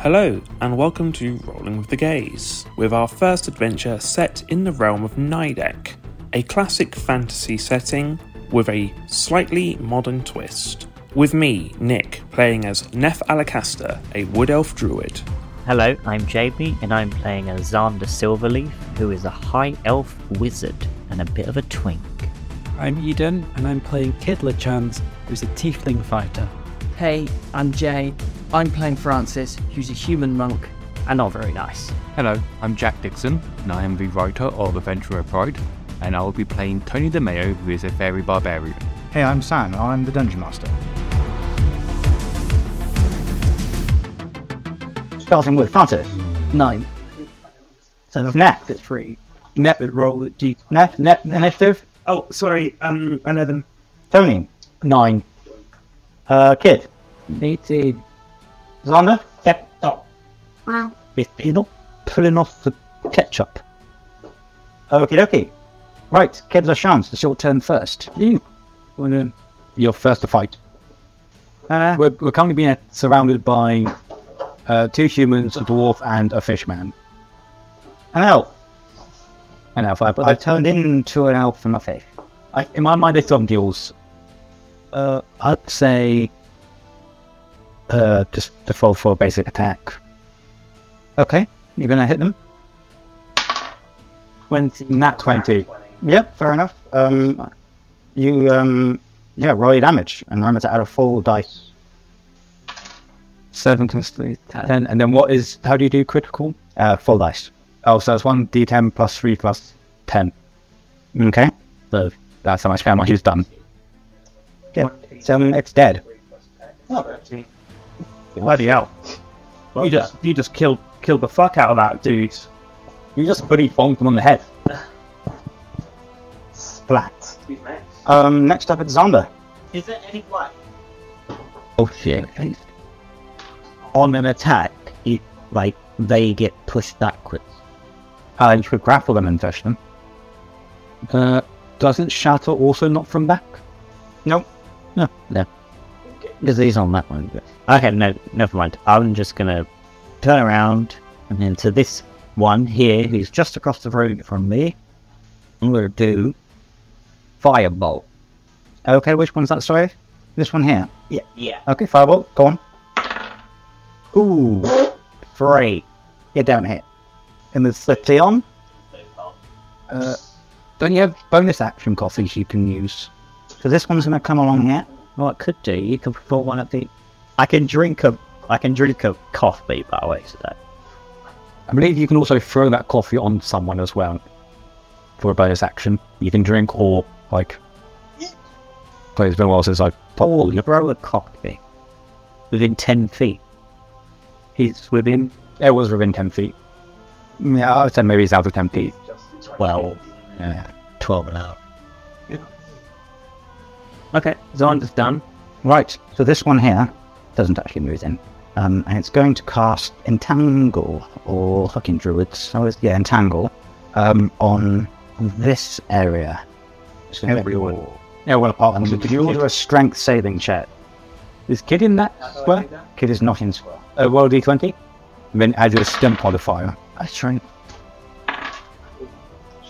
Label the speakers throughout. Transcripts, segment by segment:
Speaker 1: Hello, and welcome to Rolling with the Gaze, with our first adventure set in the realm of Nidec, a classic fantasy setting with a slightly modern twist. With me, Nick, playing as Neph Alacaster, a wood elf druid.
Speaker 2: Hello, I'm Jamie, and I'm playing as Xander Silverleaf, who is a high elf wizard and a bit of a twink.
Speaker 3: I'm Eden, and I'm playing Kid Lachans, who's a tiefling fighter.
Speaker 4: Hey, I'm Jay. I'm playing Francis, who's a human monk and not very nice.
Speaker 5: Hello, I'm Jack Dixon, and I am the writer of Adventurer Pride, and I will be playing Tony DeMeo, who is a fairy barbarian.
Speaker 6: Hey, I'm Sam, and I'm the Dungeon Master. Starting with Francis.
Speaker 4: Nine.
Speaker 6: So that's Nef.
Speaker 4: That's three.
Speaker 6: Nef would roll at G. Nef, Nef, initiative.
Speaker 7: Oh, sorry, um, 11.
Speaker 6: Tony. Nine. Uh, Kid.
Speaker 4: 18.
Speaker 6: Xander. Yep. Oh. If You're not pulling off the ketchup. Okie dokie. Right, Kid Lachance, it's your turn first. You. wanna- You're first to fight.
Speaker 4: Uh,
Speaker 6: We're, we're currently being surrounded by uh, two humans, a dwarf, and a fishman. An elf. An elf. I, I turned into an elf and a fish. I, in my mind, they thumb deals. Uh, I'd say uh, just default for a basic attack. Okay, you're gonna hit them.
Speaker 4: 20.
Speaker 6: Nat twenty. Yep, fair enough. Um, you um, yeah, roll your damage, and remember to add a full dice.
Speaker 3: Seven times three. Ten.
Speaker 6: And and then what is how do you do critical? Uh, full dice. Oh, so it's one d10 plus three plus ten. Okay. So that's how much damage he's done. Yeah. So um, it's dead. Oh, Bloody hell! you just you just killed killed the fuck out of that dude. You just buddy bonked him on the head. Splat. Um. Next up, it's Zonda.
Speaker 4: Is there any way?
Speaker 6: Oh shit. On an attack, you, like they get pushed backwards. Uh, you could grapple them and push them. Uh, doesn't shatter also not from back? No. No.
Speaker 2: No. Because he's on that one. Okay, no, never mind. I'm just going to turn around and then to this one here, who's just across the road from me.
Speaker 6: I'm gonna do firebolt. Okay, which one's that? Sorry, this one here.
Speaker 2: Yeah, yeah.
Speaker 6: Okay, firebolt. Go on. Ooh, three. Get down here. And there's the Theon. Uh, don't you have bonus action coffees you can use? So this one's gonna come along here.
Speaker 2: Well, it could do. You could put one at the. I can drink a. I can drink a coffee, by the way, today.
Speaker 6: I believe you can also throw that coffee on someone as well for a bonus action. You can drink or like. Play it's been a while since I
Speaker 2: Oh, you throw a coffee within ten feet. He's within
Speaker 6: It was within 10 feet. Yeah, I would say maybe it's out of 10 feet.
Speaker 2: twelve.
Speaker 6: Yeah.
Speaker 2: 12 an hour. Okay, Zonda's done.
Speaker 6: Right, so this one here doesn't actually move in. Um, and it's going to cast Entangle, or Hooking Druids. So it's, yeah, Entangle, um, on this area. So everyone. Everyone apart from the you do a strength saving check. Is Kid in that square? Kid is not in square. Uh, roll d20. And then add your stem modifier. A strength.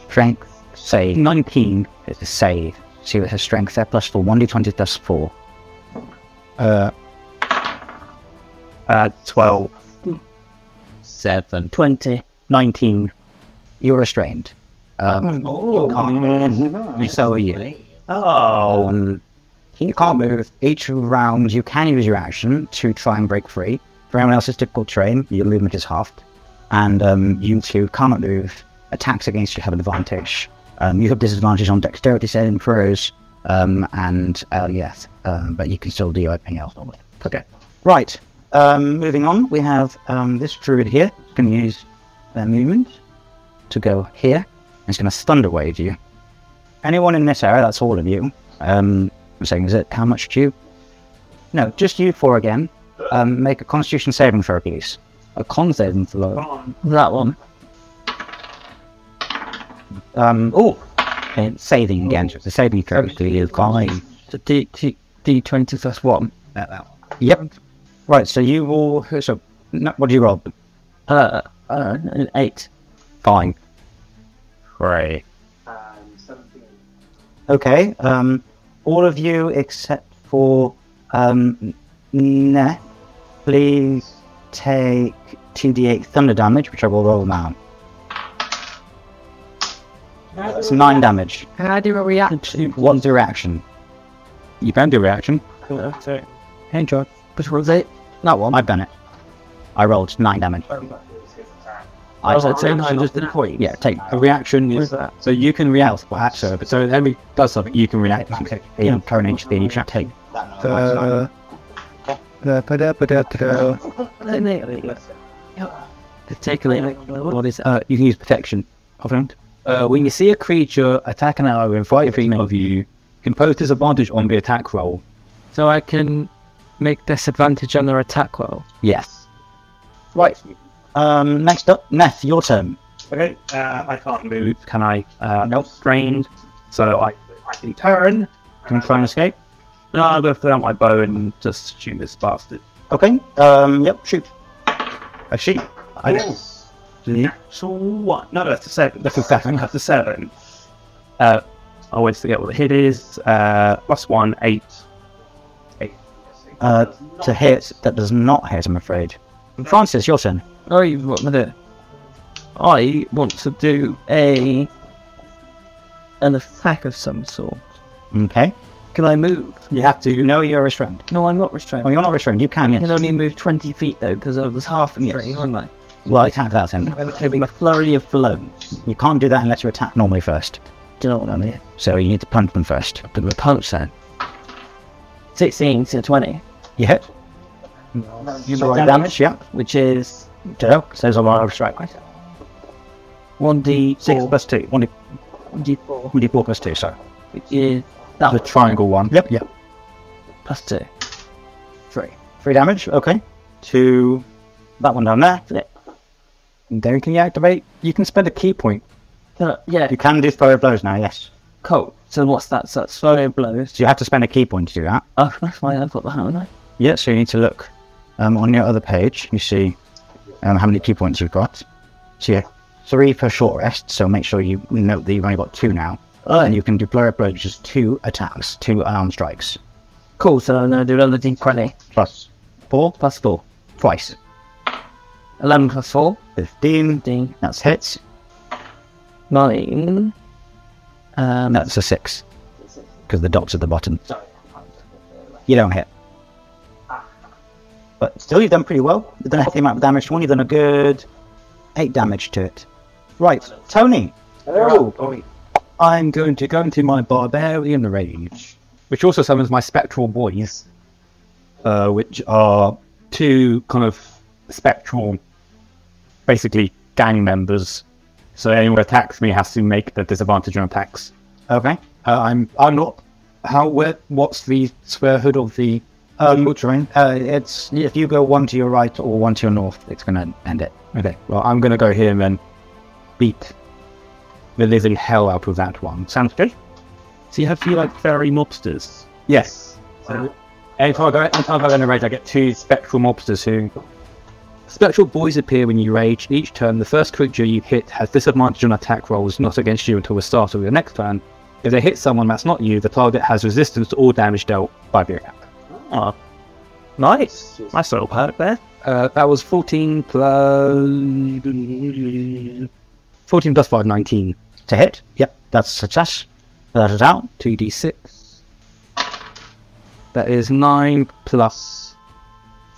Speaker 6: Strength save. 19 is a save. See what her strength there, plus 4. 1d20 plus 4. Uh, uh, 12.
Speaker 2: Seven.
Speaker 6: 20. 19. You're restrained. Um, and so are you. Oh. you can't move. Each round, you can use your action to try and break free. For anyone else's difficult terrain, your movement is halved. And um, you two cannot move. Attacks against you have an advantage. Um, you have disadvantage on dexterity saving throws. Um, and uh, yes, um, but you can still do everything else normally. Okay. Right. Um, moving on, we have um, this druid here. Going to use their movement to go here. And it's going to thunder wave you. Anyone in this area, that's all of you. Um, I'm saying, is it how much do you? No, just you four again. Um, make a Constitution saving throw, please. A con saving throw. That one. Um. Oh, saving again. The saving throw. Do you fine?
Speaker 3: So D, D, D20 plus one.
Speaker 6: Yep. Right. So you all. So No, what do you roll? Uh, uh, an eight. Fine. Great. Okay. Um, all of you except for um, Ne, please take 2d8 thunder damage, which I will roll now. It's nine damage.
Speaker 4: Can I do a reaction?
Speaker 6: One do reaction. You can do reaction. Hey, George.
Speaker 4: Which was it?
Speaker 6: That one. I've done it. I rolled nine damage. I
Speaker 8: was like, take nine just in point.
Speaker 6: Yeah, take a reaction. Is,
Speaker 8: that?
Speaker 6: So you can react. Well, actually, but
Speaker 8: So when Henry does something, you can react.
Speaker 6: Okay. Yeah, current HP, you should take.
Speaker 9: Uh, da, ba, da, ba, da,
Speaker 8: uh,
Speaker 9: da, da.
Speaker 8: Particularly, what is uh, you can use protection. Uh, when you see a creature attack an arrow in front of you, of you you can pose disadvantage on the attack roll. So I can
Speaker 10: Make disadvantage on their attack roll.
Speaker 6: Yes. Right. Um, next up, Neth, your turn.
Speaker 7: Okay, uh, I can't move.
Speaker 2: Can I? Uh,
Speaker 6: Nope.
Speaker 2: Strained.
Speaker 7: So I, I can turn.
Speaker 2: Can I try and escape?
Speaker 7: No, I'm going to put out my bow and just shoot this bastard.
Speaker 6: Okay. Um, yep, shoot.
Speaker 7: A sheep. I yes. Natural one. No, that's a seven. That's a seven. That's a seven. Uh, I always forget what the hit is. Uh, plus one, eight.
Speaker 6: Uh, to hit, that does not hit, I'm afraid. Francis, your turn.
Speaker 10: Oh, you've got minute. I want to do a an attack of some sort.
Speaker 6: Okay.
Speaker 10: Can I move?
Speaker 6: You have to. No, you're restrained.
Speaker 10: No, I'm not restrained.
Speaker 6: Oh, you're not restrained. You can,
Speaker 10: I can
Speaker 6: yes.
Speaker 10: only move 20 feet though, because I was half restrained, wasn't I?
Speaker 6: Well, you can't do that then.
Speaker 10: I'm having a flurry of blows.
Speaker 6: You can't do that unless you attack normally first.
Speaker 10: Do you know what I mean?
Speaker 6: So you need to punch them first.
Speaker 10: Do the punch then. 16 to 20,
Speaker 6: You hit. You so damage. damage, yeah.
Speaker 10: which is
Speaker 6: So, so there's a lot of strike.
Speaker 10: 1d4.
Speaker 6: Six plus two. One,
Speaker 10: d4,
Speaker 6: one d four plus two, sorry.
Speaker 10: which is that
Speaker 5: The triangle one.
Speaker 6: Yep, yep.
Speaker 10: plus 2.
Speaker 6: Three. Three damage, okay. Two. That one down there. And then can you activate? You can spend a key point.
Speaker 10: Uh, yeah,
Speaker 6: You can do fire blows now, yes.
Speaker 10: cool. So what's that? So that's flurry of blows.
Speaker 6: So you have to spend a key point to do that.
Speaker 10: Oh, that's why I've got that, haven't I?
Speaker 6: Yeah, so you need to look um, on your other page. You see um, how many key points you've got. So yeah, three per short rest. So make sure you note that you've only got two now. And you can deploy a blow, which is two attacks, two arm strikes,
Speaker 10: Cool, so I'm going to do another d20.
Speaker 6: plus four,
Speaker 10: Plus 4.
Speaker 6: twice.
Speaker 10: 11 plus 4.
Speaker 6: 15,
Speaker 10: 15.
Speaker 6: that's hits,
Speaker 10: 9. Um,
Speaker 6: and that's a six. Because the dot's at the bottom. You don't hit. But still, you've done pretty well. You've done a healthy amount of damage to one, you've done a good eight damage to it. Right, Tony. Oh,
Speaker 8: I'm going to go into my barbarian rage, which also summons my spectral boys, uh, which are two kind of spectral, basically gang members. So anyone who attacks me has to make the disadvantage on attacks.
Speaker 6: Okay.
Speaker 8: Uh, I'm I'm not. How where what's the square hood of the
Speaker 6: Um,
Speaker 8: What terrain?
Speaker 6: Uh, it's if you go one to your right or one to your north, it's going to end it.
Speaker 8: Okay, well I'm gonna go here and then beat the living hell out of that one.
Speaker 7: Sounds good. So you have to like fairy mobsters.
Speaker 8: Yes. anytime I go, anytime I go in a rage, I get two spectral mobsters who. Spectral boys appear when you rage. Each turn, the first creature you hit has disadvantage on attack rolls not against you until the start of your next turn. If they hit someone that's not you, the target has resistance to all damage dealt by the attack.
Speaker 7: Ah, Nice. Nice little perk there.
Speaker 8: Uh, that was 14 plus. 14 plus 5, 19.
Speaker 6: To hit, yep, that's a success. That is out.
Speaker 8: 2d6. That is 9 plus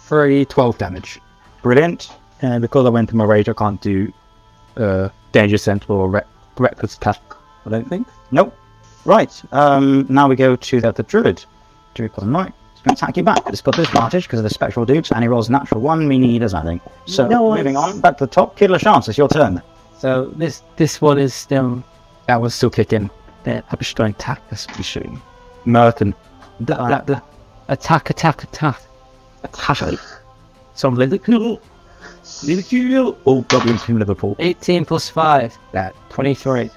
Speaker 8: 3, 12 damage.
Speaker 6: Brilliant.
Speaker 8: And because I went to my rage, I can't do uh, Danger Sentinel or rec- Reckless Attack, I don't think.
Speaker 6: Nope. Right. Um, now we go to the, the druid. Druid on right. It's going to attack you back. It's got disadvantage because of the spectral dudes, and he rolls a natural one, meaning he does nothing. So moving on back to the top. Kid Lachance, it's your turn.
Speaker 10: So this this one is still
Speaker 8: That was still kicking.
Speaker 10: there. I'm just going to attack this machine.
Speaker 8: Merton. Da-
Speaker 10: Alright.
Speaker 8: da- da-
Speaker 10: Attack, attack, attack. Attack.
Speaker 7: Some Liverpool. Liverpool.
Speaker 10: Oh,
Speaker 8: All goblins from Liverpool.
Speaker 10: 18 plus 5.
Speaker 8: That
Speaker 10: 23.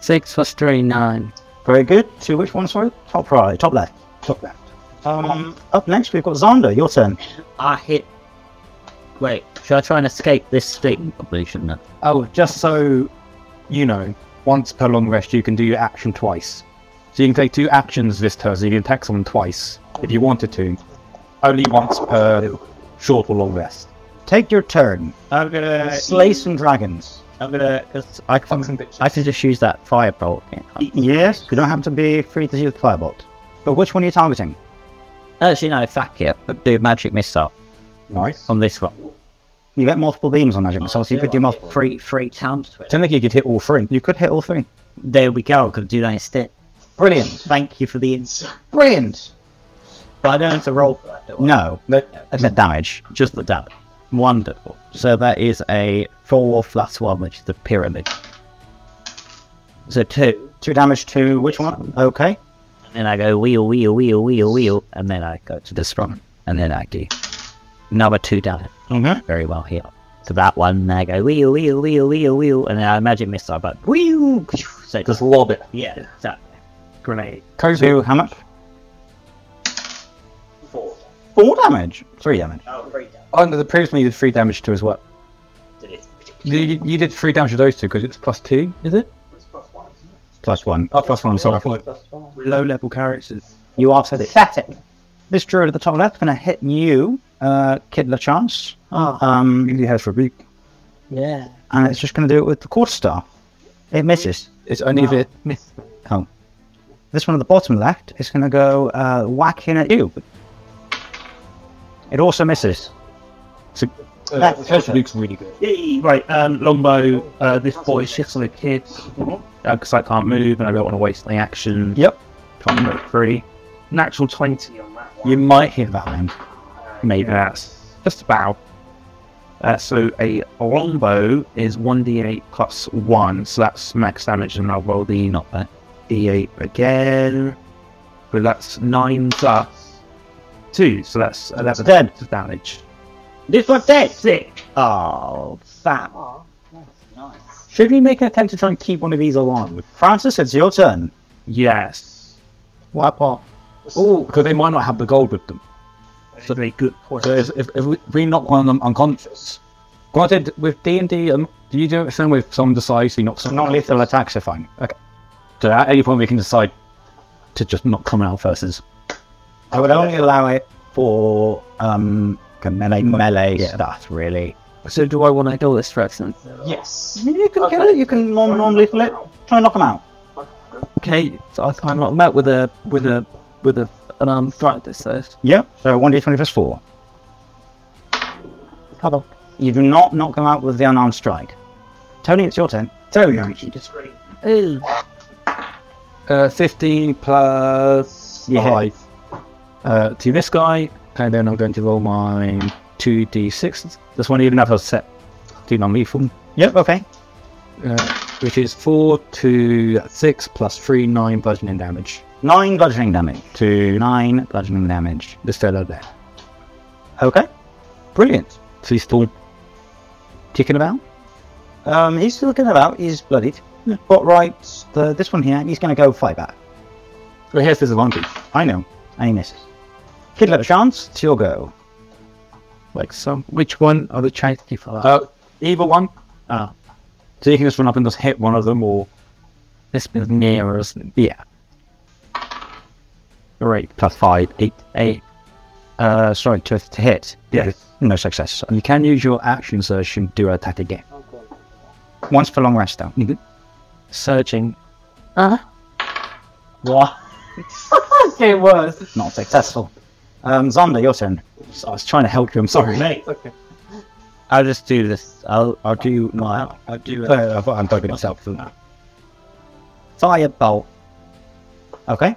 Speaker 10: 6 plus 3, 9.
Speaker 6: Very good. To which one, sorry? Top right, top left. Top left. Um, up next, we've got Zander. Your turn.
Speaker 2: I hit Wait, should I try and escape this thing? Probably shouldn't I?
Speaker 8: Oh, just so you know, once per long rest, you can do your action twice. So you can take two actions this turn, so you can attack someone twice if you wanted to. Only once per short or long rest.
Speaker 6: Take your turn.
Speaker 8: I'm gonna
Speaker 6: Slay some dragons.
Speaker 8: I'm gonna.
Speaker 2: I can, I can just use that firebolt.
Speaker 6: Yes, you don't have to be free to use firebolt. But which one are you targeting?
Speaker 2: Actually, no, fuck it. Let's Do magic missile
Speaker 8: Nice.
Speaker 2: on this one.
Speaker 6: You get multiple beams on magic missile, so you could do multiple.
Speaker 2: Three, three times. with it.
Speaker 8: Technically, you could hit all three.
Speaker 6: You could hit all three.
Speaker 2: There we go. Could do that instead.
Speaker 6: Brilliant.
Speaker 2: Thank you for the insight.
Speaker 6: Brilliant.
Speaker 2: But I don't have to roll for that. do I?
Speaker 6: No,
Speaker 2: It's the damage, just the damage. Wonderful. So that is a four plus one, which is the pyramid. So two,
Speaker 6: two damage to which one? Okay.
Speaker 2: and then I go wheel, wheel, wheel, wheel, wheel, and then I go to this one, and then I do another two damage.
Speaker 6: Okay.
Speaker 2: Very well here. So that one, and I go wheel, wheel, wheel, wheel, wheel, and then I magic missile, but wheel. So just lob it. Yeah, that grenade.
Speaker 6: Two, how much? Four. Four damage. Three damage.
Speaker 8: Oh, no, the previous one you did three damage to as well. You, you- you did three damage to those two because it's plus two, is it?
Speaker 6: Plus one.
Speaker 8: Oh, plus one, sorry. Low level characters.
Speaker 6: You are pathetic. This druid at the top left going to hit you, uh, Kid LaChance.
Speaker 8: Ah.
Speaker 6: Um,
Speaker 8: He has rebuke.
Speaker 10: Yeah.
Speaker 6: and it's just going to do it with the quarterstaff. It misses.
Speaker 8: It's only if it miss.
Speaker 6: Oh. This one at the bottom left is going to go uh, whacking at you. It also misses.
Speaker 8: Uh, his rebuke's really good.
Speaker 7: Right, um, Longbow, uh, this boy shits on the kids because uh, I can't move and I don't want to waste any action.
Speaker 8: Yep.
Speaker 7: Can't move free. Natural 20 on that one.
Speaker 6: You might hit that hand.
Speaker 7: Maybe that's just about. Uh, so a longbow is 1d8 plus 1, so that's max damage, and I'll roll the not that d8 again. But that's 9 plus 2, so that's 11
Speaker 6: dead.
Speaker 7: of damage.
Speaker 2: This one's dead. Sick.
Speaker 6: Oh, fat.
Speaker 2: Should we make an attempt to try and keep one of these alive?
Speaker 6: Francis, it's your turn.
Speaker 7: Yes.
Speaker 8: Wipe off. Oh, because they might not have the gold with them.
Speaker 7: So they good point.
Speaker 8: So if, if, if we- we knock one of them unconscious, granted with D and D, um, do you do it same with someone decides you knock someone?
Speaker 6: Non-lethal attacks are fine.
Speaker 8: So at any point we can decide to just knock someone out versus.
Speaker 6: I would only allow it for um, melee, melee stuff, really.
Speaker 10: So do I want to kill this person?
Speaker 6: You can kill it. You can non- non-lethal it. Try and knock them out.
Speaker 10: Okay, so I can't knock him out with a with a with a an arm threat. This says
Speaker 6: Yeah. So one d twenty plus four.
Speaker 10: Come on.
Speaker 6: You do not knock them out with the unarmed strike. Tony, it's your turn. Tony,
Speaker 10: Ooh.
Speaker 8: Uh, fifteen plus
Speaker 6: Yeah.
Speaker 8: five uh, to this guy, and then I'm going to roll my two d six. This one even have a set to non-lethal,
Speaker 6: Yep. Okay.
Speaker 8: uh, which is four to six plus three nine bludgeoning damage.
Speaker 6: Nine bludgeoning damage to nine bludgeoning damage.
Speaker 8: This fellow there.
Speaker 6: Okay. Brilliant.
Speaker 8: So he's still kicking about.
Speaker 6: Um, he's still looking about. He's bloodied. But right, the, this one here, he's going to go fight back.
Speaker 8: Well, here's his advantage.
Speaker 6: I know. And he misses. Kid, little chance. It's your go.
Speaker 10: Like some. Which one are the chances for that?
Speaker 8: Uh, either one.
Speaker 10: Ah.
Speaker 8: So you can just run up and just hit one of them, or
Speaker 10: this is nearer, isn't it?
Speaker 8: yeah.
Speaker 10: Right.
Speaker 6: Plus five, eight.
Speaker 10: Eight.
Speaker 6: Uh, sorry, to, to hit.
Speaker 8: Yes.
Speaker 6: No success.
Speaker 8: And you can use your action surge to do an attack again.
Speaker 6: Once for long rest, though.
Speaker 8: Mm-hmm.
Speaker 10: Searching.
Speaker 8: Uh-huh.
Speaker 6: What? it was. Not successful. Um, Zonda, your turn.
Speaker 8: So I was trying to help you. I'm sorry. Mate.
Speaker 2: I'll just do this. I'll I'll do my
Speaker 8: I do. Uh, I thought I'm talking myself for that.
Speaker 6: Firebolt. Okay.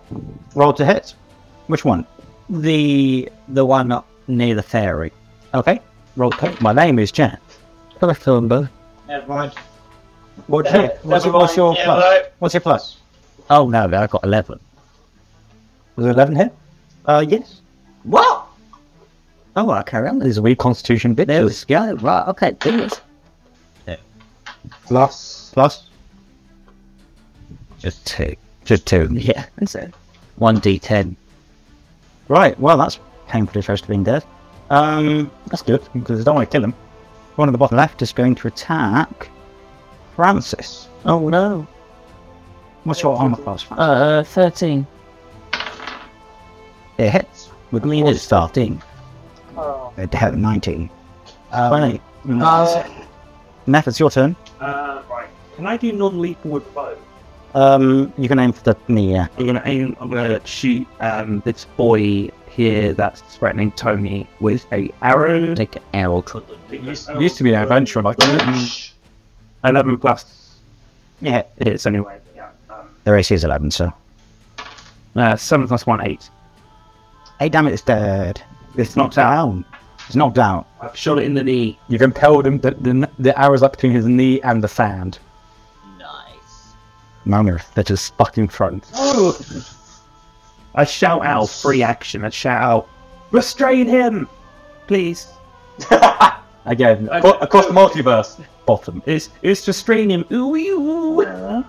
Speaker 6: Roll to hit. Which one?
Speaker 2: the the one up near the ferry.
Speaker 6: Okay. Roll to hit. My name is Jan.
Speaker 10: Can I kill them both?
Speaker 6: What's your, what's your, what's your plus? What's your plus?
Speaker 2: Oh no, I got eleven.
Speaker 6: Was it 11 hit? Uh, yes.
Speaker 2: What? Oh, I carry on.
Speaker 8: There's a weak constitution bit.
Speaker 2: There
Speaker 8: to
Speaker 2: we
Speaker 8: it.
Speaker 2: go. Right, okay, do it.
Speaker 8: Plus.
Speaker 6: Plus?
Speaker 2: Just two. Just two. Yeah.
Speaker 10: That's it.
Speaker 2: One D ten.
Speaker 6: Right, well, that's painfully close to being dead. Um,
Speaker 2: that's good
Speaker 6: because I don't want to kill him. One of the bottom left is going to attack Francis.
Speaker 10: Oh no.
Speaker 6: What's your armor class? Francis?
Speaker 10: Uh, 13.
Speaker 6: It hits. With me, it's 13. It hit 19. Um, Neff, it's your turn.
Speaker 7: Uh, right. Can I do non-lethal with bow?
Speaker 6: Um, you can aim for the knee, yeah.
Speaker 7: I'm gonna aim. I'm gonna shoot um, this boy here that's threatening Tony with a arrow.
Speaker 6: Take an arrow.
Speaker 7: Used, used to be an adventure, like eleven plus.
Speaker 6: Yeah,
Speaker 7: it is anyway. Yeah.
Speaker 6: Their AC is 11, so.
Speaker 7: Uh, seven plus one, eight.
Speaker 6: Hey, damn it, it's dead.
Speaker 7: It's knocked out.
Speaker 6: It's knocked out.
Speaker 7: I've shot it in the knee.
Speaker 8: You've impelled him. The, the, the arrow's up between his knee and the sand.
Speaker 6: Mammoth that is stuck in front.
Speaker 7: I shout out free action. I shout out, restrain him, please.
Speaker 8: Again, acro- across the multiverse. Bottom.
Speaker 7: It's it's restrain him. Ooh, ooh, ooh.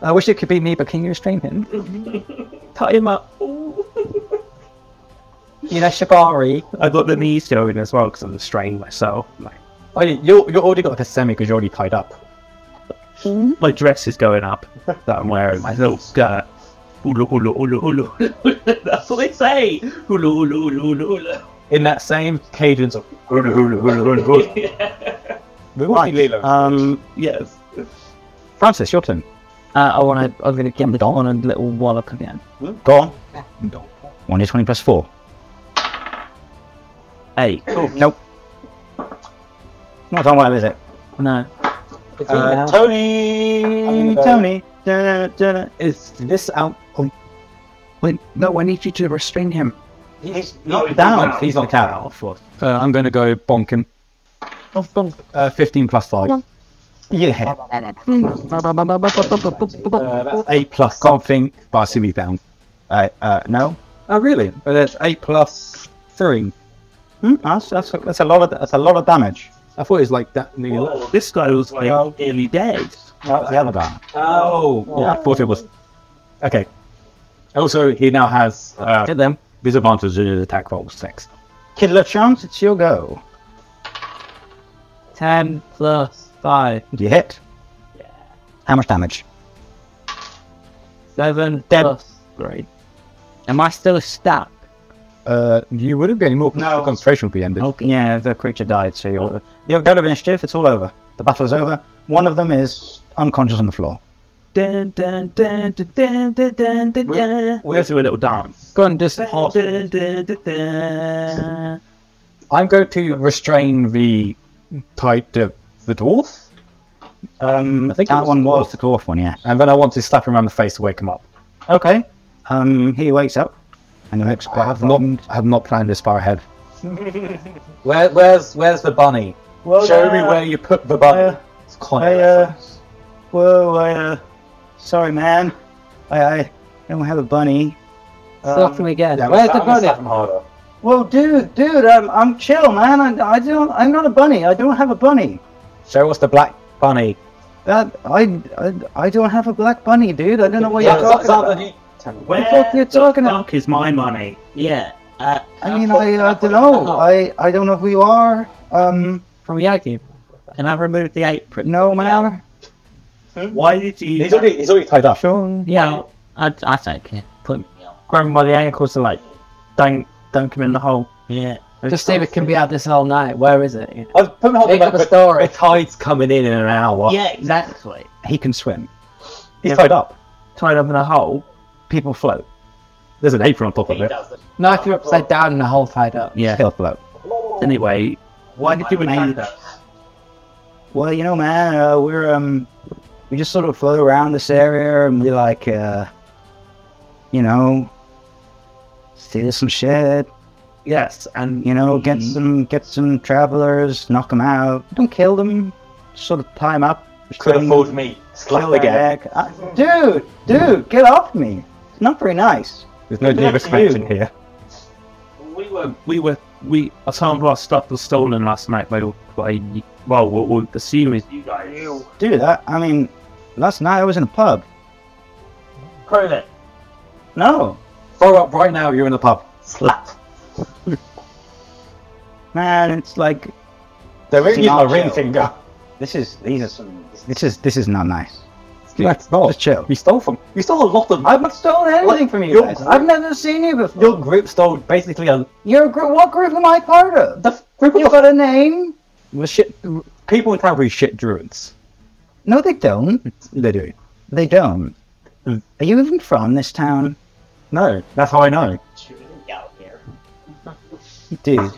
Speaker 10: I wish it could be me, but can you restrain him? Tie him up. You know, Shibari.
Speaker 7: I got the knees going as well because I'm restraining myself. Like,
Speaker 8: Oh, you, you you already got the semi because you're already tied up.
Speaker 7: my dress is going up that I'm wearing. My little skirt. Hula hula hula hula. That's what they say. Hula hula hula hula. hula.
Speaker 8: In that same cadence of hula hula hula hula hula. We want you, Lilo.
Speaker 6: Um,
Speaker 7: Yes.
Speaker 6: Francis, your turn.
Speaker 10: Uh, I want to. I'm gonna get the on a little wallop again.
Speaker 6: Go on. 1d20 plus 4.
Speaker 10: Eight.
Speaker 6: Nope. Not done well, is it?
Speaker 10: No.
Speaker 8: Uh, Tony!
Speaker 6: Tony! Da, da, da.
Speaker 8: Uh, Is this out? Oh, wait, no, I need you to restrain him.
Speaker 6: He's knocked down. He's knocked out.
Speaker 8: Uh, I'm going to go bonk him.
Speaker 10: Oh, bonk.
Speaker 8: Uh, 15 plus 5.
Speaker 6: Yeah.
Speaker 8: Uh, that's 8 plus something, but I assume he's down.
Speaker 6: Uh, uh, no.
Speaker 8: Oh, really? But that's 8 plus 3.
Speaker 6: Hmm, that's, that's, that's a lot of that's a lot of damage.
Speaker 8: I thought it was like that. Nearly
Speaker 7: Whoa, This guy was like nearly dead.
Speaker 6: That's the other guy.
Speaker 8: Oh, yeah, I thought it was. Okay. Also, he now has uh,
Speaker 10: Hit them.
Speaker 8: disadvantage in his attack roll 6.
Speaker 6: Kid Lechance, it's your go.
Speaker 10: Ten plus five.
Speaker 6: Do you hit? How much damage?
Speaker 10: Seven
Speaker 6: Dead.
Speaker 10: plus three. Am I still stuck?
Speaker 8: Uh, you wouldn't be any more
Speaker 6: No.
Speaker 8: concentration would be ended.
Speaker 6: Oh, yeah, the creature died, so you're, you're out of initiative. It's all over. The battle is over. One of them is unconscious on the floor.
Speaker 10: Dun, dun, dun, dun, dun, dun, dun, dun, dun.
Speaker 5: We have to do a little dance.
Speaker 10: Go and just hop.
Speaker 5: Dun,
Speaker 8: I'm going to restrain the tied the, the dwarf,
Speaker 6: Um, I think
Speaker 8: think it
Speaker 6: that
Speaker 8: was
Speaker 6: one
Speaker 8: the
Speaker 6: was the dwarf one, yeah.
Speaker 8: and then I want to slap him around the face to wake him up.
Speaker 6: Okay. Um, he wakes up, and he looks
Speaker 8: I
Speaker 6: quite
Speaker 8: have
Speaker 6: frightened.
Speaker 8: not, I have not planned this far ahead. Where, where's, where's the bunny? Show me where you put the bunny.
Speaker 6: uh,
Speaker 8: it's quite
Speaker 6: I, uh, whoa, I, uh, sorry, man. I, I don't have a bunny. Um,
Speaker 10: Stop him again. Where's the bunny?
Speaker 8: harder.
Speaker 6: Well, dude, dude, I'm, I'm chill, man. I, I don't, I'm not a bunny. I don't have a bunny.
Speaker 8: Show us the black bunny.
Speaker 6: That, I, I, I don't have a black bunny, dude. I don't know what
Speaker 8: Yeah,
Speaker 6: you're
Speaker 8: so-
Speaker 6: talking
Speaker 8: so
Speaker 6: about.
Speaker 8: that he-
Speaker 6: What the fuck are you talking about?
Speaker 5: Fuck is my money.
Speaker 10: Yeah. Uh,
Speaker 6: I mean, I, I don't know. I, I don't know who you are. Um,
Speaker 10: from Yagi. And I removed the apron.
Speaker 6: no matter.
Speaker 5: Why did you?
Speaker 8: He's already, he's already tied up.
Speaker 10: Sure. Yeah. I, I take care. Put
Speaker 5: grab him by the ankles and like, don't, don't come in the hole.
Speaker 10: Yeah. Just see if it can be out this whole night. Where is it? Yeah,
Speaker 8: I've put him on the
Speaker 10: Make
Speaker 8: back,
Speaker 10: up a
Speaker 8: but
Speaker 10: story.
Speaker 8: The tide's coming in in an hour.
Speaker 10: exactly.
Speaker 6: He can swim.
Speaker 8: He's tied up.
Speaker 10: Tied up in a hole.
Speaker 6: People float.
Speaker 8: There's an apron on top of it.
Speaker 10: No, if you're upside down and the hole tied up.
Speaker 6: Yeah. He'll float.
Speaker 5: Anyway, why did you attack that?
Speaker 6: Well, you know, man, uh, we're um, we just sort of float around this area and we like, uh, you know, steal some shit.
Speaker 5: Yes, and
Speaker 6: You know, get
Speaker 8: Mm-hmm.
Speaker 6: some get some travelers, knock them out. Don't kill them. Sort of tie them up.
Speaker 8: Could
Speaker 6: string
Speaker 8: afford me. Slap
Speaker 6: kill their
Speaker 8: again.
Speaker 6: neck. I- dude, dude, get off me! It's not very nice.
Speaker 8: There's no
Speaker 6: Not
Speaker 8: deep respect
Speaker 6: you.
Speaker 8: in here.
Speaker 5: we were, we were, we. uh, Some of our stuff was stolen last night by, by well, what we assume is you guys.
Speaker 6: Dude, I, I mean, last night I was in a pub.
Speaker 5: Prove it.
Speaker 6: No,
Speaker 8: Throw up right now. You're in the pub. Slap.
Speaker 6: Man, it's like
Speaker 11: The ring is my
Speaker 6: Not
Speaker 11: ring
Speaker 6: chill.
Speaker 11: finger.
Speaker 6: This is these are some. This is this is not nice.
Speaker 8: That's not.
Speaker 6: Just chill.
Speaker 8: You stole from.
Speaker 11: You stole a lot of.
Speaker 6: I've not stolen anything from you
Speaker 11: Your
Speaker 6: guys.
Speaker 11: group-
Speaker 6: I've never seen you before.
Speaker 11: Your group stole basically a.
Speaker 6: Your group, what group am I part of?
Speaker 11: The group
Speaker 6: You
Speaker 11: of
Speaker 6: got a name?
Speaker 8: Well, shit. People in Calvary shit druids.
Speaker 6: No, they don't.
Speaker 8: They do. Mm.
Speaker 6: They don't. Are you even from this town?
Speaker 8: No, that's how I know.
Speaker 6: Dude,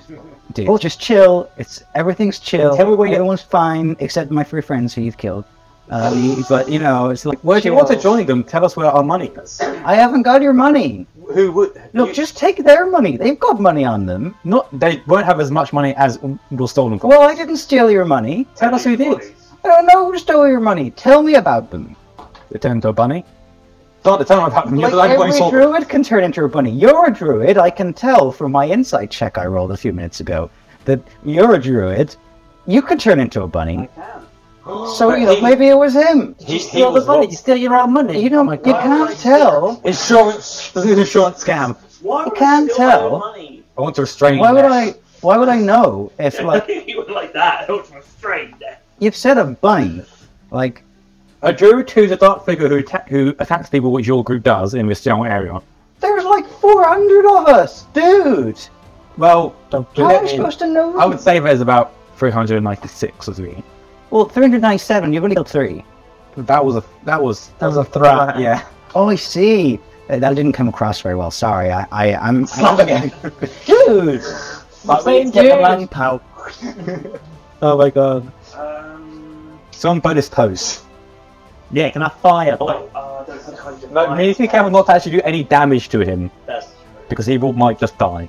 Speaker 8: Dude.
Speaker 6: well, just chill. It's everything's chill.
Speaker 11: Tell me where you-
Speaker 6: Everyone's fine except my three friends who you've killed. Um, but you know, it's like
Speaker 8: Well, if you want to join them, tell us where our money is.
Speaker 6: I haven't got your money.
Speaker 11: Who would?
Speaker 6: Look,
Speaker 11: you-
Speaker 6: just take their money. They've got money on them.
Speaker 8: Not they won't have as much money as was stolen from.
Speaker 6: Well, I didn't steal your money.
Speaker 8: tell us who did.
Speaker 6: I don't know who stole your money. Tell me about them.
Speaker 8: They turned into a bunny. Start to tell them about them.
Speaker 6: Like
Speaker 8: you're the one
Speaker 6: every
Speaker 8: who sold them.
Speaker 6: druid can turn into a bunny. You're a druid. I can tell from my insight check I rolled a few minutes ago that you're a druid. You can turn into a bunny. So you know,
Speaker 11: He-
Speaker 6: maybe it was him.
Speaker 11: He, he was robbed.
Speaker 6: steal your own money. Oh You don't. you can't tell.
Speaker 11: Insurance. This is an insurance scam.
Speaker 6: You can't tell.
Speaker 8: I want to restrain.
Speaker 6: Why would
Speaker 8: them.
Speaker 6: I? Why would I know if like
Speaker 5: he was like that. I was restrained.
Speaker 6: you've said a bunny? Like
Speaker 8: A druid who's a dark figure who atta- who attacks people, which your group does in this general area.
Speaker 6: there's like 400 of us, dude.
Speaker 8: Well, don't
Speaker 6: How am I supposed to know?
Speaker 8: I would say there's about 396 or something.
Speaker 6: Well, 397. You've only killed three.
Speaker 8: That was a that was
Speaker 6: That was a
Speaker 8: threat. Yeah.
Speaker 6: Oh, I see. Uh, That didn't come across very well. Sorry, I, I I'm. I'm dude.
Speaker 11: But we
Speaker 6: Dude.
Speaker 11: need to get the money.
Speaker 8: Oh my god.
Speaker 5: Um,
Speaker 8: Some bonus pose.
Speaker 6: Yeah, can I fire?
Speaker 5: uh, there's a kind of
Speaker 8: No, Mini Cam will not actually do any damage to him
Speaker 5: That's
Speaker 8: because he will, might just die.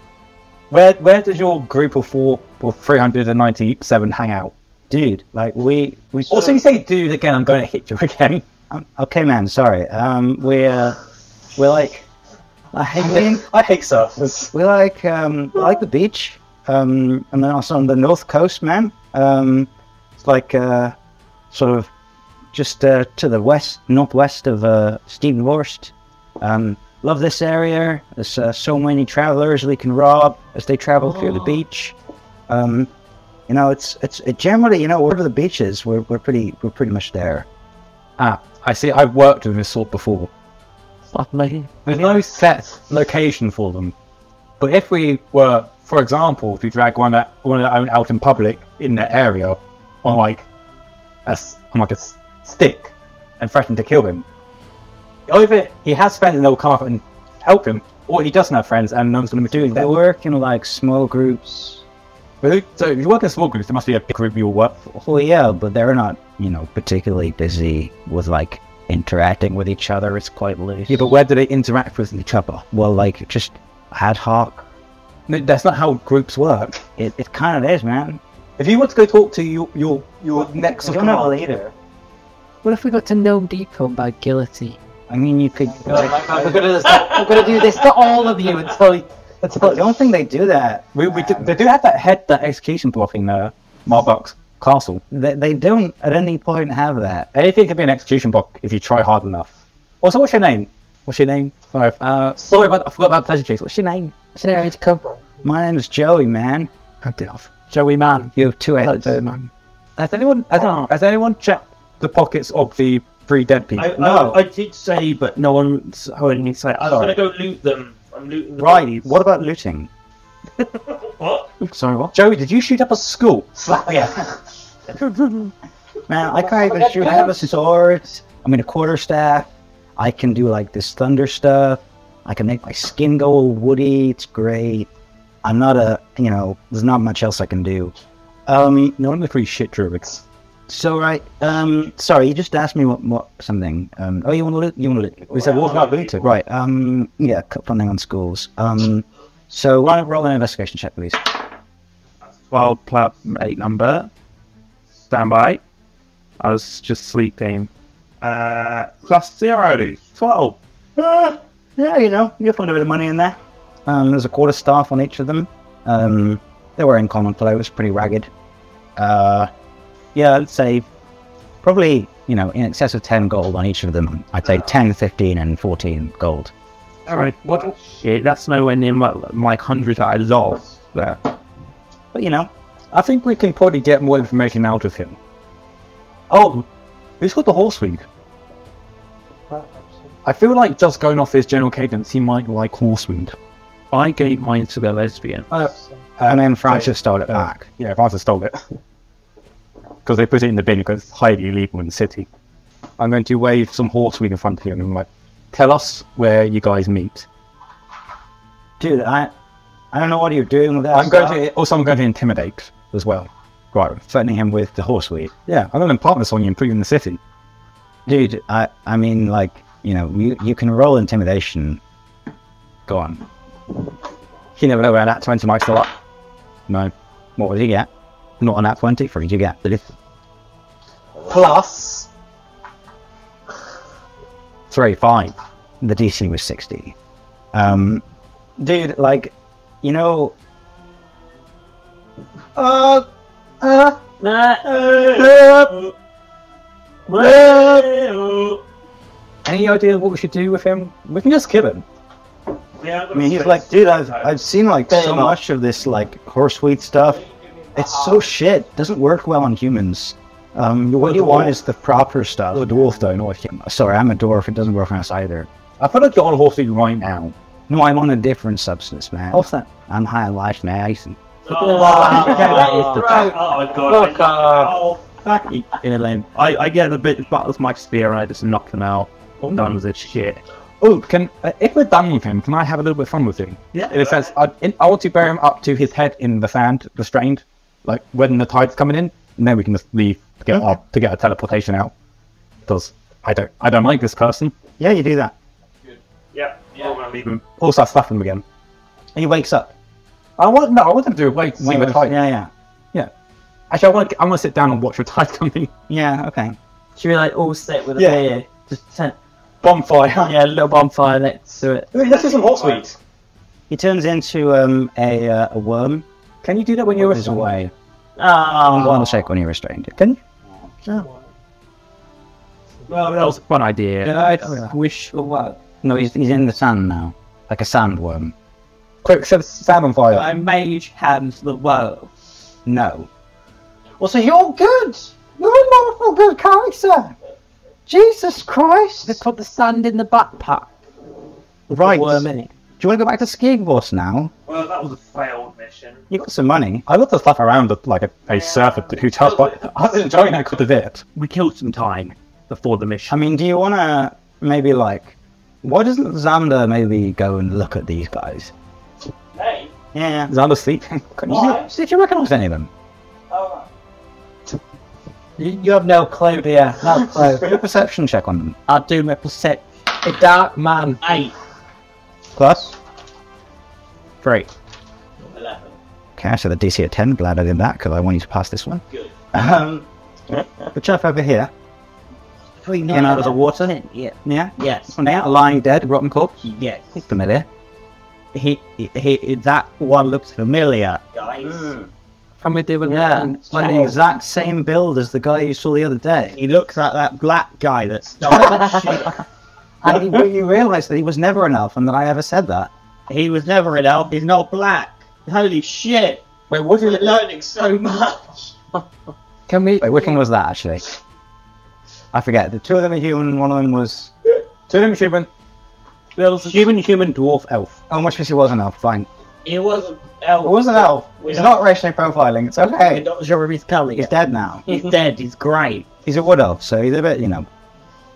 Speaker 8: Where where does your group of four or 397 hang out?
Speaker 6: Dude, like we we.
Speaker 8: Also, you say dude again, I'm going to hit you again.
Speaker 6: Um, okay, man. Sorry. Um, we uh, we're like, I hate being,
Speaker 8: I hate surfers.
Speaker 6: we like um, I like the beach. Um, and then also on the north coast, man. Um, it's like uh, sort of just uh, to the west, northwest of uh, Stevenhorst. Um, love this area. There's uh, so many travelers we can rob as they travel through the beach. Um, you know, it's it's it generally, you know, wherever the beach is, we're we're pretty we're pretty much there.
Speaker 8: Ah, I see. I've worked with this sort before.
Speaker 10: Fuck me.
Speaker 8: There's no set location for them. But if we were, for example, if we drag one that one that out in public in that area on like a s- on like a s- stick and threaten to kill him, either he has friends and they'll come up and help him, or he doesn't have friends and no one's going to be doing
Speaker 6: They
Speaker 8: that.
Speaker 6: work in like small groups.
Speaker 8: But who- So if you work in small groups, there must be a big group you'll work for.
Speaker 6: Well, yeah, but they're not, you know, particularly busy with like interacting with each other. It's quite loose.
Speaker 8: Yeah, but where do they interact with each other?
Speaker 6: well, like just ad hoc.
Speaker 8: No, that's not how groups work.
Speaker 6: It, it kind of is, man.
Speaker 8: If you want to go talk to your your your next of command,
Speaker 6: either.
Speaker 4: What if we got to Gnome Depot by guillotine?
Speaker 6: I mean, you could.
Speaker 11: We're gonna, we're gonna do this to all of you until you.
Speaker 6: I don't think they do that.
Speaker 8: We, we do, they do have that head, that execution block in uh, Marbuck's castle.
Speaker 6: They, they don't at any point have that.
Speaker 8: Anything can be an execution block if you try hard enough. Also, what's your name? What's your name? Sorry, uh, sorry about, I forgot about pleasure chase. What's your name?
Speaker 4: Scenario to come.
Speaker 6: My name's Joey, man.
Speaker 8: Joey Man.
Speaker 6: You have two heads.
Speaker 8: Has anyone? Has, has anyone checked the pockets of the three dead people?
Speaker 7: I, I, I did say, but no one's heard me say. I'm gonna
Speaker 8: Sorry.
Speaker 7: go loot them. I'm looting them.
Speaker 6: Right. What about looting?
Speaker 7: What?
Speaker 6: Sorry, what?
Speaker 8: Joey, did you shoot up a school?
Speaker 11: Yeah.
Speaker 6: Man, I can't even shoot. I have a sword. I mean, a quarter staff. I can do like this thunder stuff. I can make my skin go all woody. It's great. I'm not a, you know, there's not much else I can do. Um,
Speaker 8: No, one of the three shit druids.
Speaker 6: so right, um, sorry, you just asked me what, what something. Um, oh, you want to loot? You want to loot?
Speaker 8: We said, what about looting?
Speaker 6: Right. Um, yeah, cut funding on schools. Um, so why don't roll an investigation check, please?
Speaker 7: Wild plat eight number. Stand by. I was just sleeping. Uh, plus zero. Twelve. Ah.
Speaker 6: Uh, yeah, you know, you'll find a bit of money in there. Um, there's a quarter staff on each of them. Um, they were in common clothes, pretty ragged. Uh, yeah, I'd say probably, you know, in excess of 10 gold on each of them. I'd say 10, 15, and 14 gold.
Speaker 7: All right. What? Shit. That's nowhere near my my hundred that I lost there.
Speaker 6: But you know,
Speaker 8: I think we can probably get more information out of him. Oh, who's got the horseweed? I feel like just going off his general cadence, he might like horseweed.
Speaker 5: I gave mine to the lesbian.
Speaker 8: and then
Speaker 6: Francis stole it back.
Speaker 8: Yeah, Francis stole it. Because they put it in the bin because it's highly illegal in the city. I'm going to wave some horseweed in front of you and I'm like, tell us where you guys meet.
Speaker 6: dude, I, I don't know what you're doing with that.
Speaker 8: I'm going
Speaker 6: stuff.
Speaker 8: to also I'm going to intimidate as well. Right,
Speaker 6: threatening him with the horseweed.
Speaker 8: yeah, I'm going to impart this on you and put you in the city.
Speaker 6: Dude, I, I mean, like, you know, you, you can roll intimidation. Go on.
Speaker 8: You never know where that 20 might fill up.
Speaker 6: No. What would you get? Not an at 20, for you get the
Speaker 11: Plus,
Speaker 6: Three, fine. The DC was 60. Um, dude, like, you know,
Speaker 11: uh, uh, uh,
Speaker 8: uh. Any idea what we should do with him? We can just kill him.
Speaker 6: I mean, he's like, dude, I've, I've seen, like, so much of this, like, horseweed stuff. It's so shit. Doesn't work well on humans. Um, what you want is the proper stuff.
Speaker 8: The dwarf though, not a human.
Speaker 6: Sorry, I'm a dwarf. It doesn't work on us either.
Speaker 8: I put a get on horseweed right now.
Speaker 6: No, I'm on a different substance, man.
Speaker 8: What's that?
Speaker 6: I'm high on life, man.
Speaker 5: Oh. In a lane. I, I get the bit back with my spear and I just knock them out. I'm done with this shit.
Speaker 8: Oh, can uh, if we're done with him, can I have a little bit of fun with him?
Speaker 5: Yeah.
Speaker 8: In a sense, I, uh, in, I want to bury him up to his head in the sand, restrained, like when the tide's coming in, and then we can just leave to get our, to get a teleportation out. Because I don't, I don't like this person.
Speaker 6: Yeah, you do that.
Speaker 5: Yep. Yeah.
Speaker 8: Also, I slap him again.
Speaker 6: And he wakes up.
Speaker 8: I want no, I want him to do wait, see the tide.
Speaker 6: Yeah, yeah.
Speaker 8: Yeah. Actually, I want, to, I want to sit down and watch the tide coming.
Speaker 6: Yeah, okay.
Speaker 10: Should we like all sit with a
Speaker 8: Yeah.
Speaker 10: beer? Just tent.
Speaker 8: Bonfire.
Speaker 10: Yeah, a little bonfire next to it.
Speaker 8: Let's do some horseweed.
Speaker 6: He turns into um, a, uh, a worm.
Speaker 8: Can you do that when you're
Speaker 6: There's a way.
Speaker 10: Ah,
Speaker 6: One shake when you're restrained. Can you?
Speaker 5: Well, that was a fun idea.
Speaker 6: I wish. No, he's, he's in the sand now, like a sandworm.
Speaker 8: Quick, set the sand on fire.
Speaker 10: I mage hands the world.
Speaker 6: No.
Speaker 11: well, so you're good. You're a wonderful good character. Jesus Christ.
Speaker 10: Put the sand in the backpack.
Speaker 6: Right.
Speaker 10: Worm
Speaker 6: Do
Speaker 10: in it.
Speaker 6: you want to go back to skiing boss now?
Speaker 5: Well, that was a failed mission.
Speaker 6: You got some money.
Speaker 8: I love the stuff around the, like a, a surfer who does, but I was enjoying that quite a bit.
Speaker 5: We killed some time before the mission.
Speaker 6: I mean, do you want to maybe like? Why doesn't Xander maybe go and look at these guys?
Speaker 11: Hey.
Speaker 6: Yeah.
Speaker 8: Xander's sleeping.
Speaker 6: Couldn't you- Did you recognize any of them?
Speaker 11: Alright.
Speaker 10: You, you have no clue, dear. No clue.
Speaker 6: Do a perception check on them.
Speaker 10: I do my percept. A dark man.
Speaker 11: Eight.
Speaker 6: Plus.
Speaker 8: Great.
Speaker 11: Eleven.
Speaker 6: Okay, so the DC at 10. Glad I did that because I want you to pass this one.
Speaker 11: Good.
Speaker 6: Um, the chap over here.
Speaker 10: Between
Speaker 6: In out of the water.
Speaker 10: and- Yeah.
Speaker 6: Yeah.
Speaker 10: Yes.
Speaker 6: Now lying dead, rotten corpse.
Speaker 10: Yes.
Speaker 6: He's familiar. He, he, he, that one looks familiar.
Speaker 11: Guys.
Speaker 10: Can we do a
Speaker 6: Yeah, it's like the exact same build as the guy you saw the other day. He looks like that black guy that's and he, when you realise that he was never an elf and that I ever said that. He was never an elf, he's not black. Holy shit.
Speaker 8: Wait, what
Speaker 11: We're learning so much.
Speaker 10: Can we?
Speaker 6: Wait, which one was that actually? I forget. The two of them are human and one of them was
Speaker 8: Turn him human. Human, human, dwarf, elf.
Speaker 6: Oh much he was an elf, fine.
Speaker 11: It was elf.
Speaker 6: It was an elf.
Speaker 11: We
Speaker 6: It's
Speaker 11: don't-
Speaker 6: not racially profiling, it's okay.
Speaker 10: Not sure of his colour
Speaker 6: He's
Speaker 10: yet.
Speaker 6: dead now.
Speaker 10: He's dead. He's great.
Speaker 6: He's a wood elf, so he's a bit, you know.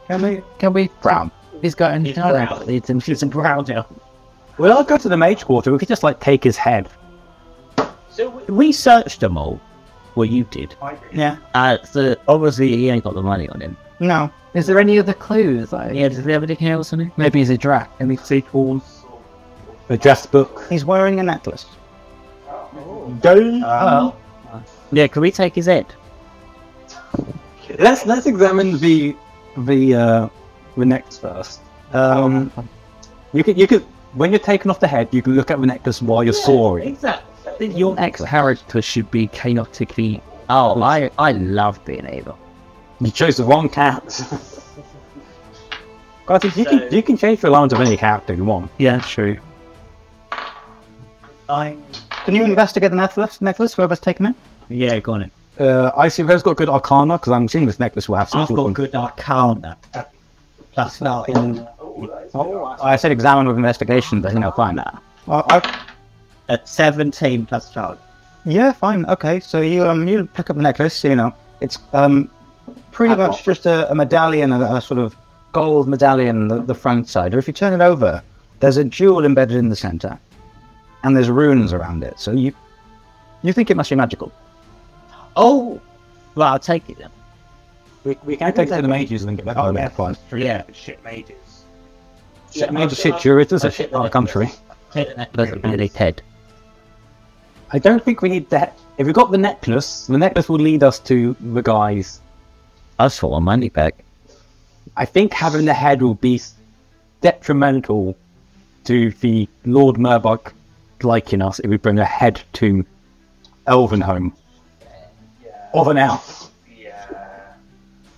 Speaker 6: Can we
Speaker 10: Can we?
Speaker 6: brown.
Speaker 10: He's got an
Speaker 11: brown.
Speaker 10: It's in it's in brown now.
Speaker 8: Well, I'll go to the mage quarter. We could just like take his head.
Speaker 11: So we,
Speaker 10: We searched them all. Well, you did.
Speaker 6: Yeah.
Speaker 10: Uh, so obviously he ain't got the money on him.
Speaker 6: No.
Speaker 4: Is there any other clues? Like,
Speaker 10: Yeah, does he have anything else on him?
Speaker 4: Maybe he's a drac.
Speaker 8: Any sequels? The dress book.
Speaker 6: He's wearing a necklace.
Speaker 8: Don't.
Speaker 10: Yeah, can we take his head?
Speaker 8: let's let's examine the the uh, the necklace first. Um, you could you could when you're taking off the head, you can look at the necklace while you're sawing.
Speaker 11: exactly.
Speaker 5: Your ex character should be chaotically.
Speaker 10: Oh, I I love being evil.
Speaker 8: You chose the wrong cat. I think you
Speaker 11: So-
Speaker 8: can you can change the lines of any character you want.
Speaker 5: Yeah, true.
Speaker 6: I Can you investigate the necklace? Necklace? Whoever's taken it?
Speaker 2: Yeah, go on it.
Speaker 8: Uh, I assume who's got good arcana because I'm assuming this necklace will have some
Speaker 2: I've
Speaker 8: sort
Speaker 2: got
Speaker 8: of-
Speaker 2: good arcana. Plus, now in
Speaker 6: Oh, I said examine with investigation, but you know, fine.
Speaker 2: at seventeen plus child.
Speaker 6: Yeah, fine. Okay, so you um you pick up the necklace. You know, it's um pretty much just a, a medallion, a, a sort of gold medallion, the, the front side. Or if you turn it over, there's a jewel embedded in the center, and there's runes around it. So you you think it must be magical?
Speaker 2: Oh, well, I'll take it then.
Speaker 8: We, we can take it to the mages and then get back on yeah, fine.
Speaker 2: Yeah,
Speaker 5: Shit mages.
Speaker 8: Shit, not just shit jurators, a shit out of country.
Speaker 2: take the necklace and his head.
Speaker 8: I don't think we need that. If we got the necklace, the necklace will lead us to the guys.
Speaker 2: I just want my money back.
Speaker 8: I think having the head will be detrimental to the Lord Murdoch liking us if we bring a head to Elvenhome. Of an elf.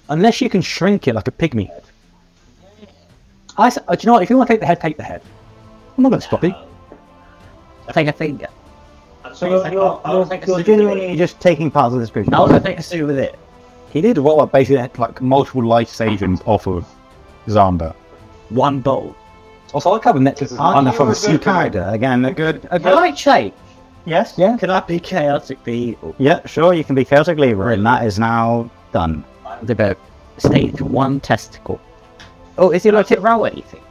Speaker 8: Unless you can shrink it like a pygmy head. I, s- uh, do you know what? If you want to take the head, take the head. I'm not going to stop you.
Speaker 2: Take a finger.
Speaker 6: So you're,
Speaker 2: oh,
Speaker 6: you're, you're, you're genuinely just taking part of this group.
Speaker 2: I want to take a suit with it.
Speaker 8: He did roll up basically had, like multiple life savings off of Zamba.
Speaker 2: One bolt. Uh,
Speaker 8: Also, I like how the necklace is
Speaker 6: Aren't
Speaker 8: hung up
Speaker 6: you
Speaker 8: on
Speaker 6: a
Speaker 8: a
Speaker 6: good
Speaker 8: super
Speaker 6: character? Again, a good. A
Speaker 2: Can
Speaker 6: good
Speaker 2: I change?
Speaker 6: yes. Yeah.
Speaker 2: Can I be chaotically evil?
Speaker 6: Yeah. Sure. You can be chaotic lever, and that is now done.
Speaker 2: What about stage one testicle?
Speaker 6: Oh, is he like
Speaker 2: Did it roll anything?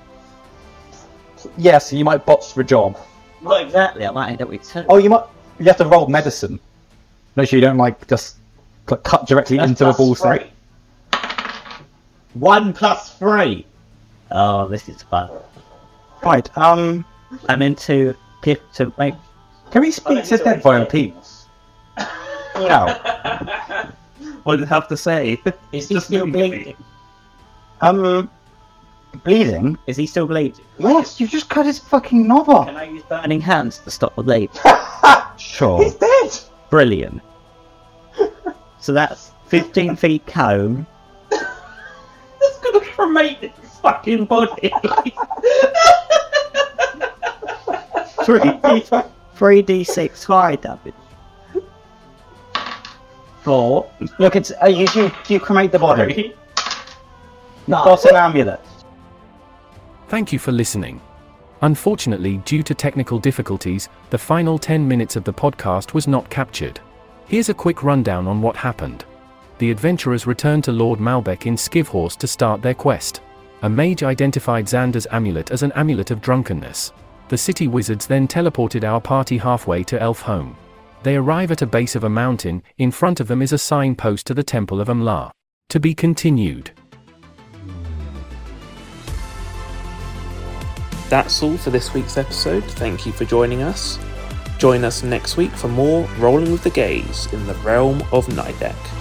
Speaker 8: Yeah, so you might botch the job.
Speaker 2: Not exactly. I might end up with two.
Speaker 8: Oh, you might. You have to roll medicine. Make sure you don't like just cl- cut directly into the ball. so-
Speaker 2: One plus three. Oh, this is fun.
Speaker 6: Right. Um.
Speaker 2: I'm into gift to make.
Speaker 8: Can we speak to dead via penis? No.
Speaker 5: What did it have to say?
Speaker 2: Is he still bleeding?
Speaker 6: Um. Bleeding.
Speaker 2: Is he still bleeding?
Speaker 11: Yes, you just cut his fucking knob off.
Speaker 2: Can I use burning hands to stop the bleed?
Speaker 6: Sure.
Speaker 11: Dead.
Speaker 2: Brilliant. So that's 15 feet cone.
Speaker 5: It's gonna cremate his fucking body.
Speaker 2: 3D, 3d6 fire damage. Four.
Speaker 6: Look, it's uh, you, you. You cremate the body. Got an amulet.
Speaker 12: Thank you for listening. Unfortunately, due to technical difficulties, the final 10 minutes of the podcast was not captured. Here's a quick rundown on what happened. The adventurers returned to Lord Malbec in Skivhorse to start their quest. A mage identified Xander's amulet as an amulet of drunkenness. The city wizards then teleported our party halfway to Elf Home. They arrive at a base of a mountain, in front of them is a signpost to the Temple of Amlar. To be continued.
Speaker 1: That's all for this week's episode. Thank you for joining us. Join us next week for more Rolling with the Gaze in the realm of Nidec.